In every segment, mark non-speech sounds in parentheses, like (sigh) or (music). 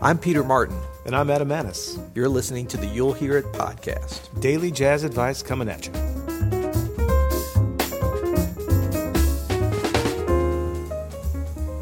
I'm Peter Martin. And I'm Adam Annis. You're listening to the You'll Hear It podcast. Daily jazz advice coming at you.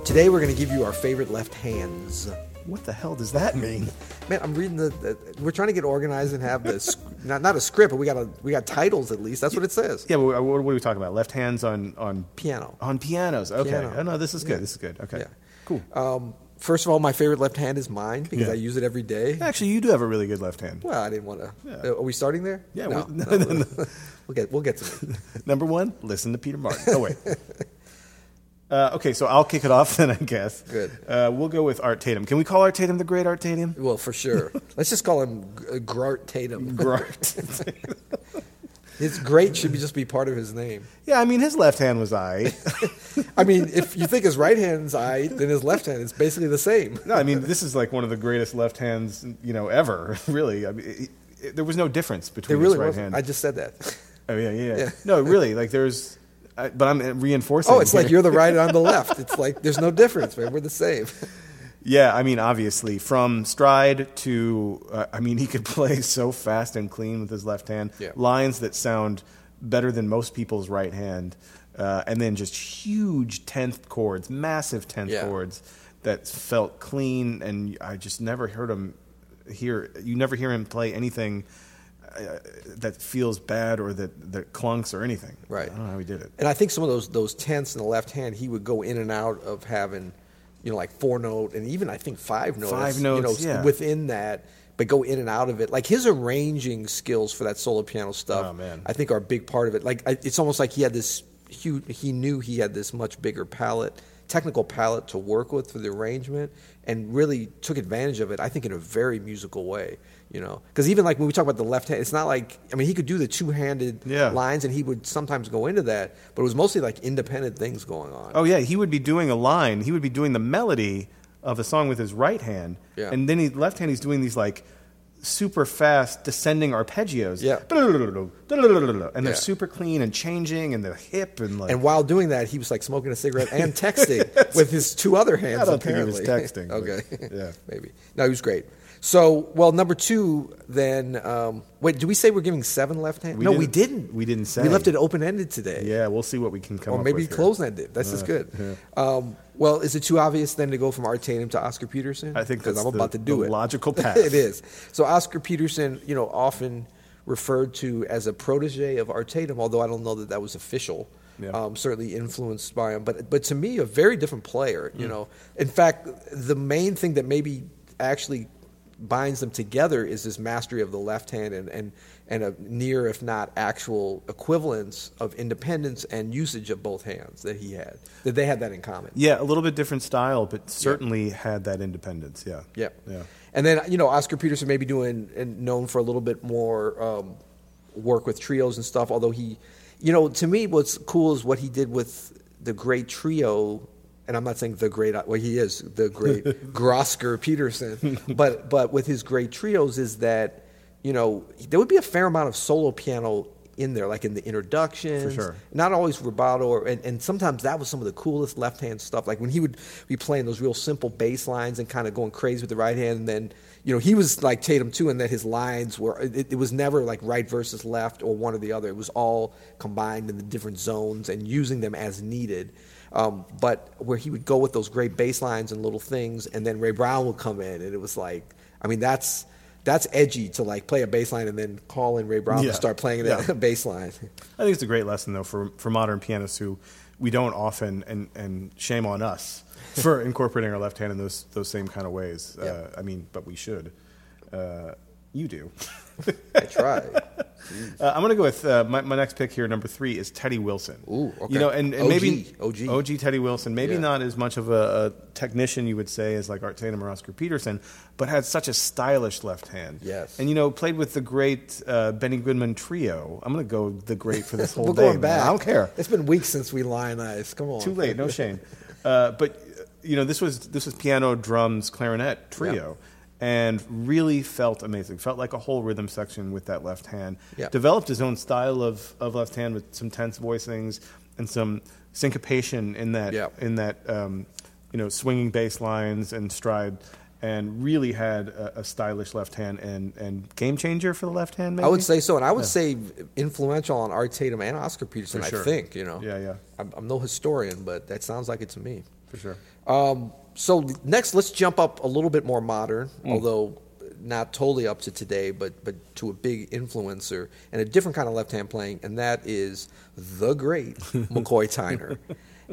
Today we're going to give you our favorite left hands. What the hell does that mean? Man, I'm reading the. the- we're trying to get organized and have (laughs) this not not a script, but we got a, we got titles at least. That's what it says. (laughs) Yeah, well, what are we talking about? Left hands on on Piano. on pianos. Okay. Piano. Oh no, this is good. Yeah. This is good. Okay. Yeah. Cool. Um, first of all, my favorite left hand is mine because Yeah. I use it every day. Actually, you do have a really good left hand. Well, I didn't want to. Yeah. Are we starting there? Yeah, No. we- (laughs) no, we'll, we'll get we'll get to it. Number one, listen to Peter Martin. Oh (laughs) wait. Uh, okay, so I'll kick it off (laughs) then, I guess. Good. Uh, we'll go with Art Tatum. Can we call Art Tatum the Great Art Tatum? Well, for sure. Let's just call him G- uh, Grart Tatum. (laughs) (laughs) Great. His great should be just be part of his name. yeah, I mean his left hand was (laughs) I. I mean, if you think his right hand's I, then his left hand is basically the same. No, I mean this is like one of the greatest left hands you know ever. (laughs) Really, I mean, it, it, there was no difference It between his really right wasn't. hand. I just said that. oh yeah, yeah, yeah. Yeah. No, really, like there's. I, but I'm reinforcing. Oh, it's like here. you're the right and I'm the left. It's like there's no difference, man. We're the same. Yeah, I mean, obviously, from stride to, uh, I mean, he could (laughs) play so fast and clean with his left hand. Yeah. Lines that sound better than most people's right hand, uh, and then just huge tenth chords, massive tenth Yeah. chords that felt clean, and I just never heard him hear. You never hear him play anything uh, that feels bad or that that clunks or anything. Right. I don't know how he did it. And I think some of those those tenths in the left hand, he would go in and out of having, you know, like four note and even I think five notes. Five you know, notes, yeah. within that, but go in and out of it. Like his arranging skills for that solo piano stuff, Oh, man. I think are a big part of it. Like I, it's almost like he had this huge. He knew he had this much bigger palette, technical palette to work with for the arrangement, and really took advantage of it. I think in a very musical way. You know, because even like when we talk about the left hand, it's not like I mean he could do the two-handed Yeah. lines, and he would sometimes go into that, but it was mostly like independent things going on. Oh yeah, he would be doing a line. He would be doing the melody of a song with his right hand, Yeah. and then his left hand he's doing these like super fast descending arpeggios. Yeah. (laughs) and they're Yeah. super clean and changing, and they're hip and like. And while doing that, he was like smoking a cigarette (laughs) and texting with his two other hands. I don't think he was apparently, (laughs) texting, but, okay, yeah. (laughs) maybe. No, he was great. So, well, number two, then. Um, wait, did we say we're giving seven left hand? We no, we didn't- didn't. we didn't say. We left it open ended today. yeah, we'll see what we can come Or up maybe with here. Uh, close ended. That's just good. Um, well, is it too obvious then to go from Art Tatum to Oscar Peterson? I think 'Cause that's I'm the- about to do the it. (laughs) logical path. it is. So Oscar Peterson, you know, often referred to as a protege of Art Tatum, although I don't know that that was official. Yeah. Um, certainly influenced by him, but but to me, a very different player. You know, in fact, the main thing that maybe actually binds them together is this mastery of the left hand and and and a near, if not actual, equivalence of independence and usage of both hands that he had. That they had that in common. Yeah, a little bit different style, but certainly had that independence. Yeah. Yeah. Yeah. And then you know Oscar Peterson may be doing and known for a little bit more um, work with trios and stuff. Although he, you know, to me, what's cool is what he did with the great trio. And I'm not saying the great, well, he is the (laughs) great Grosker Peterson, but but with his great trios is that you know there would be a fair amount of solo piano in there, like in the introductions, sure. not always rubato or, and, and sometimes that was some of the coolest left hand stuff like when he would be playing those real simple bass lines and kind of going crazy with the right hand and then you know he was like tatum too in that his lines were it, it was never like right versus left or one or the other it was all combined in the different zones and using them as needed um, but where he would go with those great bass lines and little things and then ray brown would come in and it was like i mean that's that's edgy to like play a bass line and then call in ray brown Yeah. to start playing it at Yeah. a (laughs) bass line I think it's a great lesson though for for modern pianists who we don't often and and shame (laughs) on us for incorporating our left hand in those those same kind of ways. Uh, I mean, but we should. Uh, you do. i tried Uh, I'm going to go with uh, my, my next pick here. Number three is Teddy Wilson. Ooh, okay. You know, and, and OG, maybe OG. OG Teddy Wilson, maybe Yeah. not as much of a, a technician you would say as like Art Tatum or Oscar Peterson, but had such a stylish left hand. Yes. And you know, played with the great uh, Benny Goodman trio. I'm going to go the great (laughs) for this whole We're day. going man. back. I don't care. It's been weeks since we lionized. Come on. Too (laughs) late, no shame. Uh, but uh, you know, this was this was piano, drums, clarinet trio, and really felt amazing. Felt like a whole rhythm section with that left hand. Yeah. Developed his own style of, of left hand with some tense voicings and some syncopation in that Yeah. in that um, you know swinging bass lines and stride. and really had a, a stylish left hand and, and game changer for the left hand. Maybe? I would say so, and I would say influential on Art Tatum and Oscar Peterson. For I sure. think you know. Yeah, yeah. I'm, I'm no historian, but that sounds like it to me. for sure. Um, so next, let's jump up a little bit more modern, although not totally up to today, but but to a big influencer and a different kind of left hand playing, and that is the great McCoy Tyner.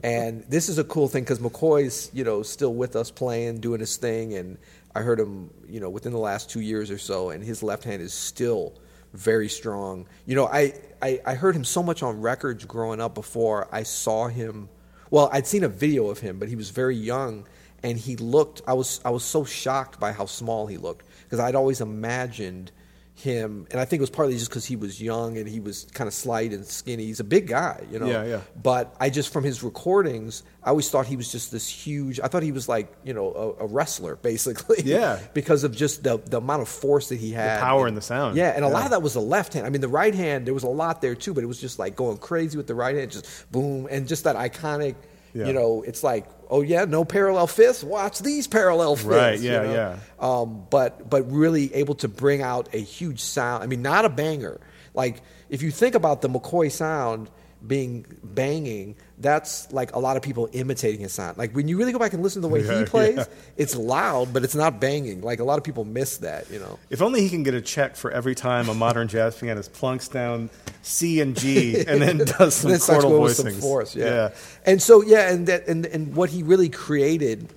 and this is a cool thing because McCoy's you know still with us playing, doing his thing, and I heard him you know within the last two years or so, and his left hand is still very strong. You know, I, I, I heard him so much on records growing up before I saw him. Well, I'd seen a video of him, but he was very young, and he looked. I was I was so shocked by how small he looked because I'd always imagined him, and I think it was partly just because he was young and he was kind of slight and skinny. He's a big guy, you know. Yeah, yeah. But I just from his recordings, I always thought he was just this huge. I thought he was like you know a, a wrestler (laughs) basically. Yeah. because of just the the amount of force that he had, power and the sound. Yeah, and a lot Yeah. of that was the left hand. I mean, the right hand there was a lot there too, but it was just like going crazy with the right hand, just boom, and just that iconic. Yeah. You know, it's like, oh yeah, no parallel fifths. Watch these parallel fifths. Right, you yeah, know? yeah. Um, but but really able to bring out a huge sound. I mean, not a banger. Like if you think about the McCoy sound being banging, that's like a lot of people imitating his sound. Like when you really go back and listen to the way Yeah, (laughs) he plays, yeah. it's loud, but it's not banging. Like a lot of people miss that. You know. If only he can get a check for every time a modern jazz pianist plunks down C and G and then does (laughs) some Then it starts chordal going with voicings. Some force, yeah. And so yeah, and that and and what he really created.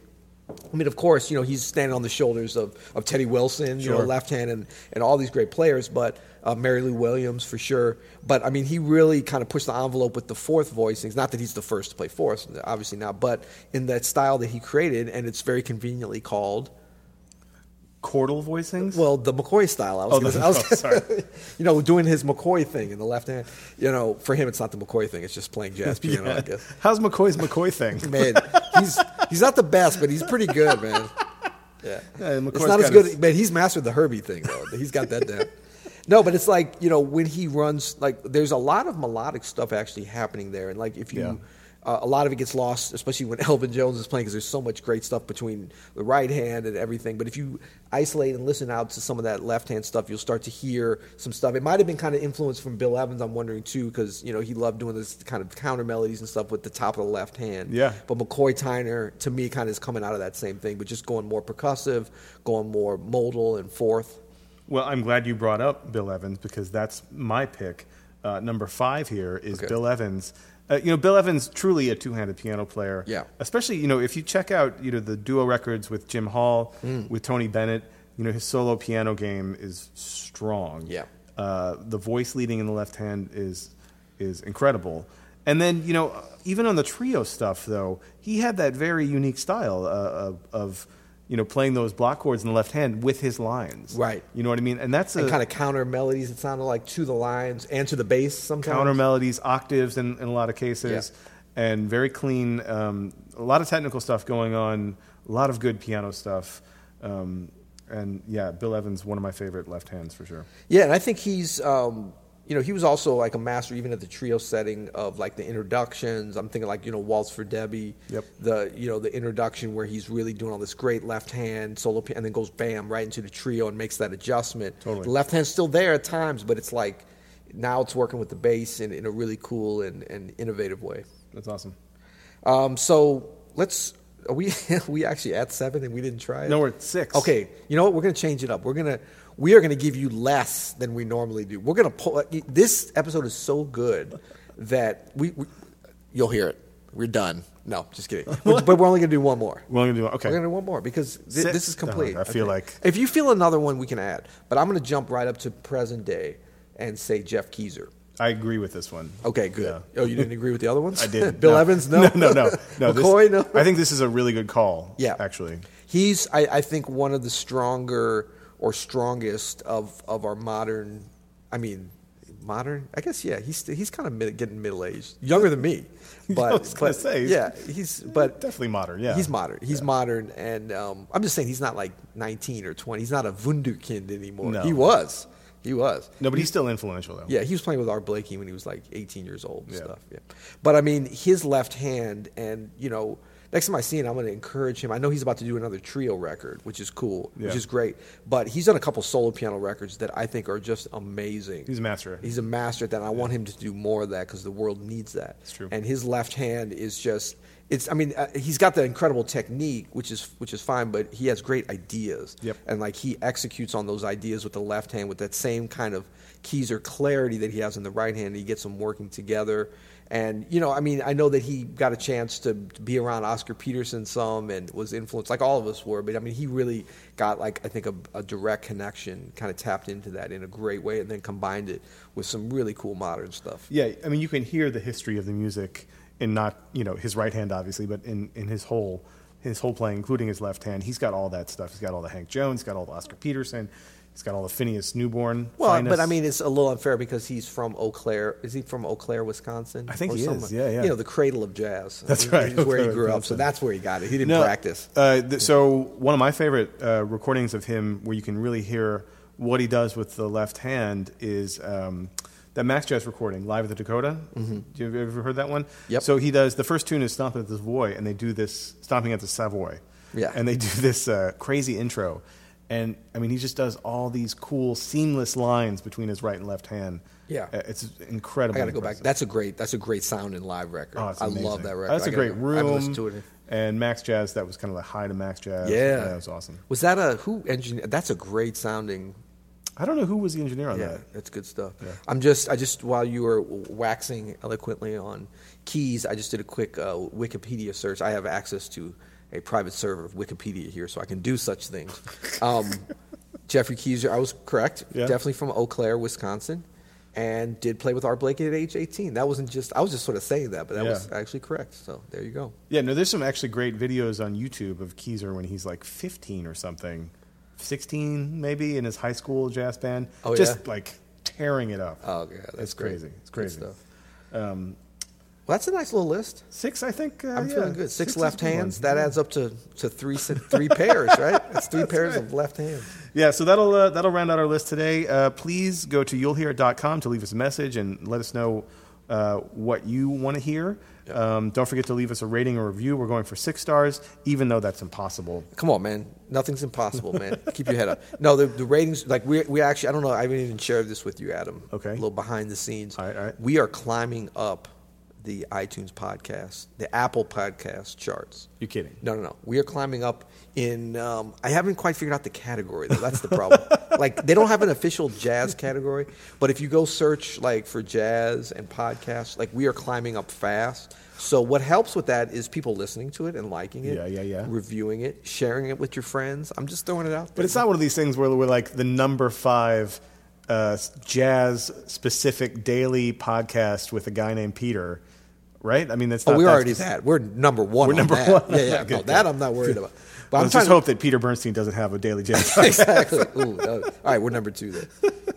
I mean, of course, you know he's standing on the shoulders of, of Teddy Wilson, you know, Sure. left hand, and, and all these great players, but uh, Mary Lou Williams for sure. But I mean, he really kind of pushed the envelope with the fourth voicings. Not that he's the first to play fourth, obviously not, but in that style that he created, and it's very conveniently called Chordal voicings? well, the McCoy style. I was Oh, gonna, the- I was (laughs) oh, gonna- sorry. (laughs) you know, doing his McCoy thing in the left hand. You know, for him, it's not the McCoy thing. It's just playing (laughs) jazz piano, I guess How's McCoy's McCoy (laughs) thing? man, he's he's not the best, but he's pretty good, man. Yeah, Yeah, and it's McCoy's not as got good, his- man. He's mastered the Herbie thing though. He's got that down. No, but it's like you know when he runs, like there's a lot of melodic stuff actually happening there, and like if you. Yeah. Uh, a lot of it gets lost, especially when (laughs) Elvin Jones is playing, because there's so much great stuff between the right hand and everything. But if you isolate and listen out to some of that left hand stuff, you'll start to hear some stuff. It might have been kind of influenced from Bill Evans, I'm wondering too, because you know he loved doing this kind of counter melodies and stuff with the top of the left hand. Yeah. But McCoy Tyner, to me, kind of is coming out of that same thing, but just going more percussive, going more modal and forth. Well, I'm glad you brought up Bill Evans because that's my pick. Uh, number five here is Okay. Bill Evans. Uh, you know, Bill Evans truly a two-handed piano player. Yeah. Especially, you know, if you check out you know the duo records with Jim Hall, Mm. with Tony Bennett, you know his solo piano game is strong. Yeah. Uh, the voice leading in the left hand is is incredible. And then you know, even on the trio stuff though, he had that very unique style uh, of, of you know playing those block chords in the left hand with his lines. Right. You know what I mean? And that's a And kind of counter melodies, it sounded like to the lines and to the bass sometimes. counter melodies, octaves in, in a lot of cases, and very clean. Um, a lot of technical stuff going on, a lot of good piano stuff. Um, and yeah, Bill Evans, one of my favorite left hands for sure. Yeah, and I think he's, um, you know, he was also like a master even at the trio setting of like the introductions. I'm thinking like you know Waltz for Debbie. Yep. The you know the introduction where he's really doing all this great left hand solo pi- and then goes bam right into the trio and makes that adjustment. Totally. The left hand's still there at times, but it's like now it's working with the bass in, in a really cool and, and innovative way. That's awesome. Um, so let's are we (laughs) are we actually at seven and we didn't try it. No, we're at six. Okay, you know what? We're going to change it up. We're going to we are going to give you less than we normally do. We're going to pull. This episode is so good that we, we you'll hear it. We're done. No, just (laughs) kidding. but but we're only going to do one more. We're only gonna do okay. We're going to do one more because thi- Six. this is complete. Oh, I feel like- if you feel another one, we can add. But I'm going to jump right up to present day and say Jeff Keezer. I agree with this one. Okay, good. Yeah. Oh, you didn't agree with the other ones? I did. (laughs) Bill Evans, no, (laughs) no, no, no. no this- McCoy, no. I think this is a really good call. Yeah, actually, he's I, I think one of the stronger or strongest of of our modern. I mean, modern. I guess yeah. He's st- he's kind of mid, getting middle aged, younger than (laughs) me. But I was gonna but, say, he's- yeah, he's but definitely modern. Yeah, He's modern. He's modern, and um, I'm just saying he's not like 19 or 20. He's not a wunderkind anymore. No. He was. He was. No, but he's still influential though. Yeah, he was playing with Art Blakey when he was like 18 years old and Yeah. stuff. Yeah. But I mean, his left hand, and you know, next time I see him, I'm going to encourage him. I know he's about to do another trio record, which is cool, Yeah. which is great. But he's done a couple solo piano records that I think are just amazing. He's a master at it. He's a master at that. And I want him to do more of that because the world needs that. It's true. And his left hand is just. It's. I mean, uh, he's got the incredible technique, which is which is fine, but he has great ideas. Yep. And like he executes on those ideas with the left hand with that same kind of keys or clarity that he has in the right hand. He gets them working together. And you know, I mean, I know that he got a chance to be around Oscar Peterson some and was influenced, like all of us were. But I mean, he really got like I think a, a direct connection, kind of tapped into that in a great way, and then combined it with some really cool modern stuff. Yeah, I mean, you can hear the history of the music in not you know his right hand obviously, but in in his whole his whole playing, including his left hand. He's got all that stuff. He's got all the Hank Jones. He's got all the Oscar Peterson. He's got all the Phineas Newborn. Well, finest. but I mean, it's a little unfair because he's from Eau Claire. Is he from Eau Claire, Wisconsin? I think Or he is, somewhere? yeah, yeah. You know, the cradle of jazz. That's He's- right, He's where Eau he Claire, grew up, so Wisconsin. that's where he got it. He didn't No, practice. Uh, th- so one of my favorite uh, recordings of him, where you can really hear what he does with the left hand, is um, that Max Jazz recording, "Live at the Dakota." Do you ever heard that one? Mm-hmm. Yep. So he does the first tune is "Stomping at the Savoy," and they do this "Stomping at the Savoy." Yeah. And they do this uh, crazy intro, and I mean he just does all these cool seamless lines between his right and left hand. Yeah. Uh, it's incredible. I got to go back. That's a great. That's a great sound and live record. Oh, it's I amazing. love that record. That's a a great I room. haven't listened to it. And Max Jazz, that was kind of the high to Max Jazz. Yeah, that was awesome. Was that a who engineered? That's a great sounding. I don't know who was the engineer on Yeah, that. that's good stuff. I'm just, I just while you were waxing eloquently on keys, I just did a quick uh, Wikipedia search. I have access to a private server of Wikipedia here, so I can do such (laughs) things. Um, Jeffrey Keys, I was correct. Yeah. Definitely from Eau Claire, Wisconsin, and did play with Art Blakey at age 18. That wasn't just, I was just sort of saying that, but that Yeah. was actually correct. So there you go. Yeah, no, there's some actually great videos on YouTube of Keezer when he's like 15 or something, 16 maybe in his high school jazz band, Oh, just yeah? like tearing it up. Oh, yeah, that's it's great. crazy. It's Good crazy. stuff. Um, Well, that's a nice little list. six, I think. Uh, I'm yeah, feeling good. Six is a left good one. hands. That adds up to, to three se- three pairs, (laughs) right? That's three pairs of left hands. Yeah, so that'll uh, that'll round out our list today. Uh, please go to you'llhear.com to leave us a message and let us know uh, what you want to hear. Um, don't forget to leave us a rating or review. We're going for six stars, even though that's impossible. Come on, man. Nothing's impossible, man. Keep your head up. No, the, the ratings, like, we, we actually, I don't know, I haven't even shared this with you, Adam. Okay. A little behind the scenes. All right, all right. We are climbing up the iTunes podcast, the Apple podcast charts. You're kidding. No, no, no. We are climbing up in. Um, I haven't quite figured out the category though. That's the (laughs) problem. like they don't have an official jazz category, but if you go search like for jazz and podcasts, like we are climbing up fast. So what helps with that is people listening to it and liking it, Yeah, yeah, yeah. reviewing it, sharing it with your friends. I'm just throwing it out But there. it's not one of these things where we're like the number five uh, jazz specific daily podcast with a guy named Peter, right? I mean, that's Oh, not, we're that's already that. We're number one. We're on number that. Yeah, one. (laughs) yeah. Good, no, good. that I'm not worried (laughs) about. But I'm Let's trying just to hope that Peter Bernstein doesn't have a daily jazz. (laughs) podcast. exactly. Ooh, that- all right, we're number (laughs) two then.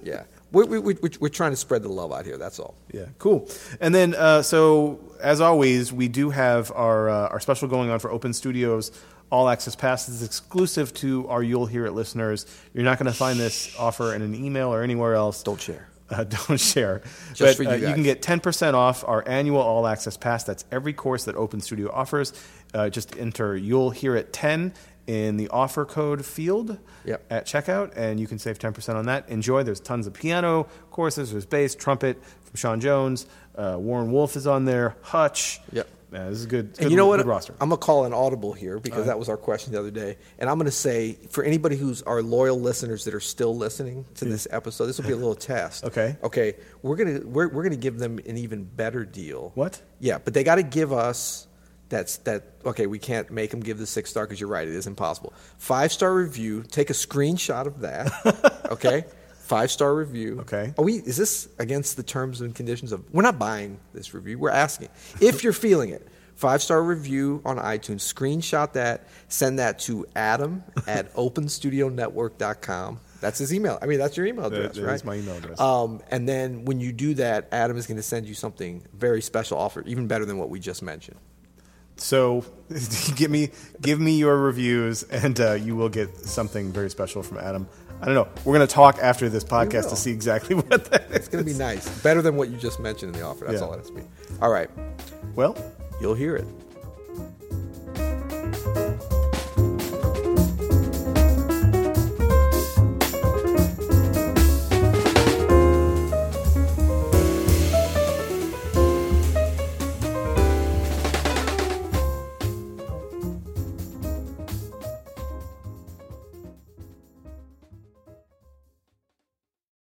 Yeah, we're, we we- we're trying to spread the love out here. That's all. Yeah, cool. And then, uh, so as always, we do have our uh, our special going on for Open Studios All Access Pass. It's exclusive to our You'll Hear It listeners. You're not going to find this offer in an email or anywhere else. Don't share. Uh, (laughs) don't share. Just but for you uh, guys. you can get 10% off our annual All Access Pass. That's every course that Open Studio offers. Uh, just enter You'll Hear It 10 in the offer code field Yep. at checkout, and you can save 10% on that. Enjoy. There's tons of piano courses, there's bass, trumpet from Sean Jones. Uh, Warren Wolf is on there, Hutch. Yep. Yeah, this is good. And good- you know what? Good roster. I'm gonna call an audible here because that was our question the other day, and I'm gonna say for anybody who's our loyal listeners that are still listening to this episode, this will be a little test. Hmm. (laughs) Okay. Okay. We're gonna we're, we're gonna give them an even better deal. What? Yeah, but they got to give us that's that. Okay, we can't make them give the six star because you're right, it is impossible. Five star review. Take a screenshot of that. okay. Five star review. Okay. Are we? Is this against the terms and conditions of? We're not buying this review. We're asking if you're feeling it. Five star review on iTunes. Screenshot that. Send that to Adam at OpenStudioNetwork.com. That's his email. I mean, that's your email address, that is right? my email address. Um, and then when you do that, Adam is going to send you something very special offer, even better than what we just mentioned. So (laughs) give me give me your reviews, and uh, you will get something very special from Adam. I don't know. We're going to talk after this podcast to will. see exactly (laughs) what that is. It's going to be nice, better than what you just mentioned in the offer. That's Yeah. all it has to be. All right, Well, you'll hear it.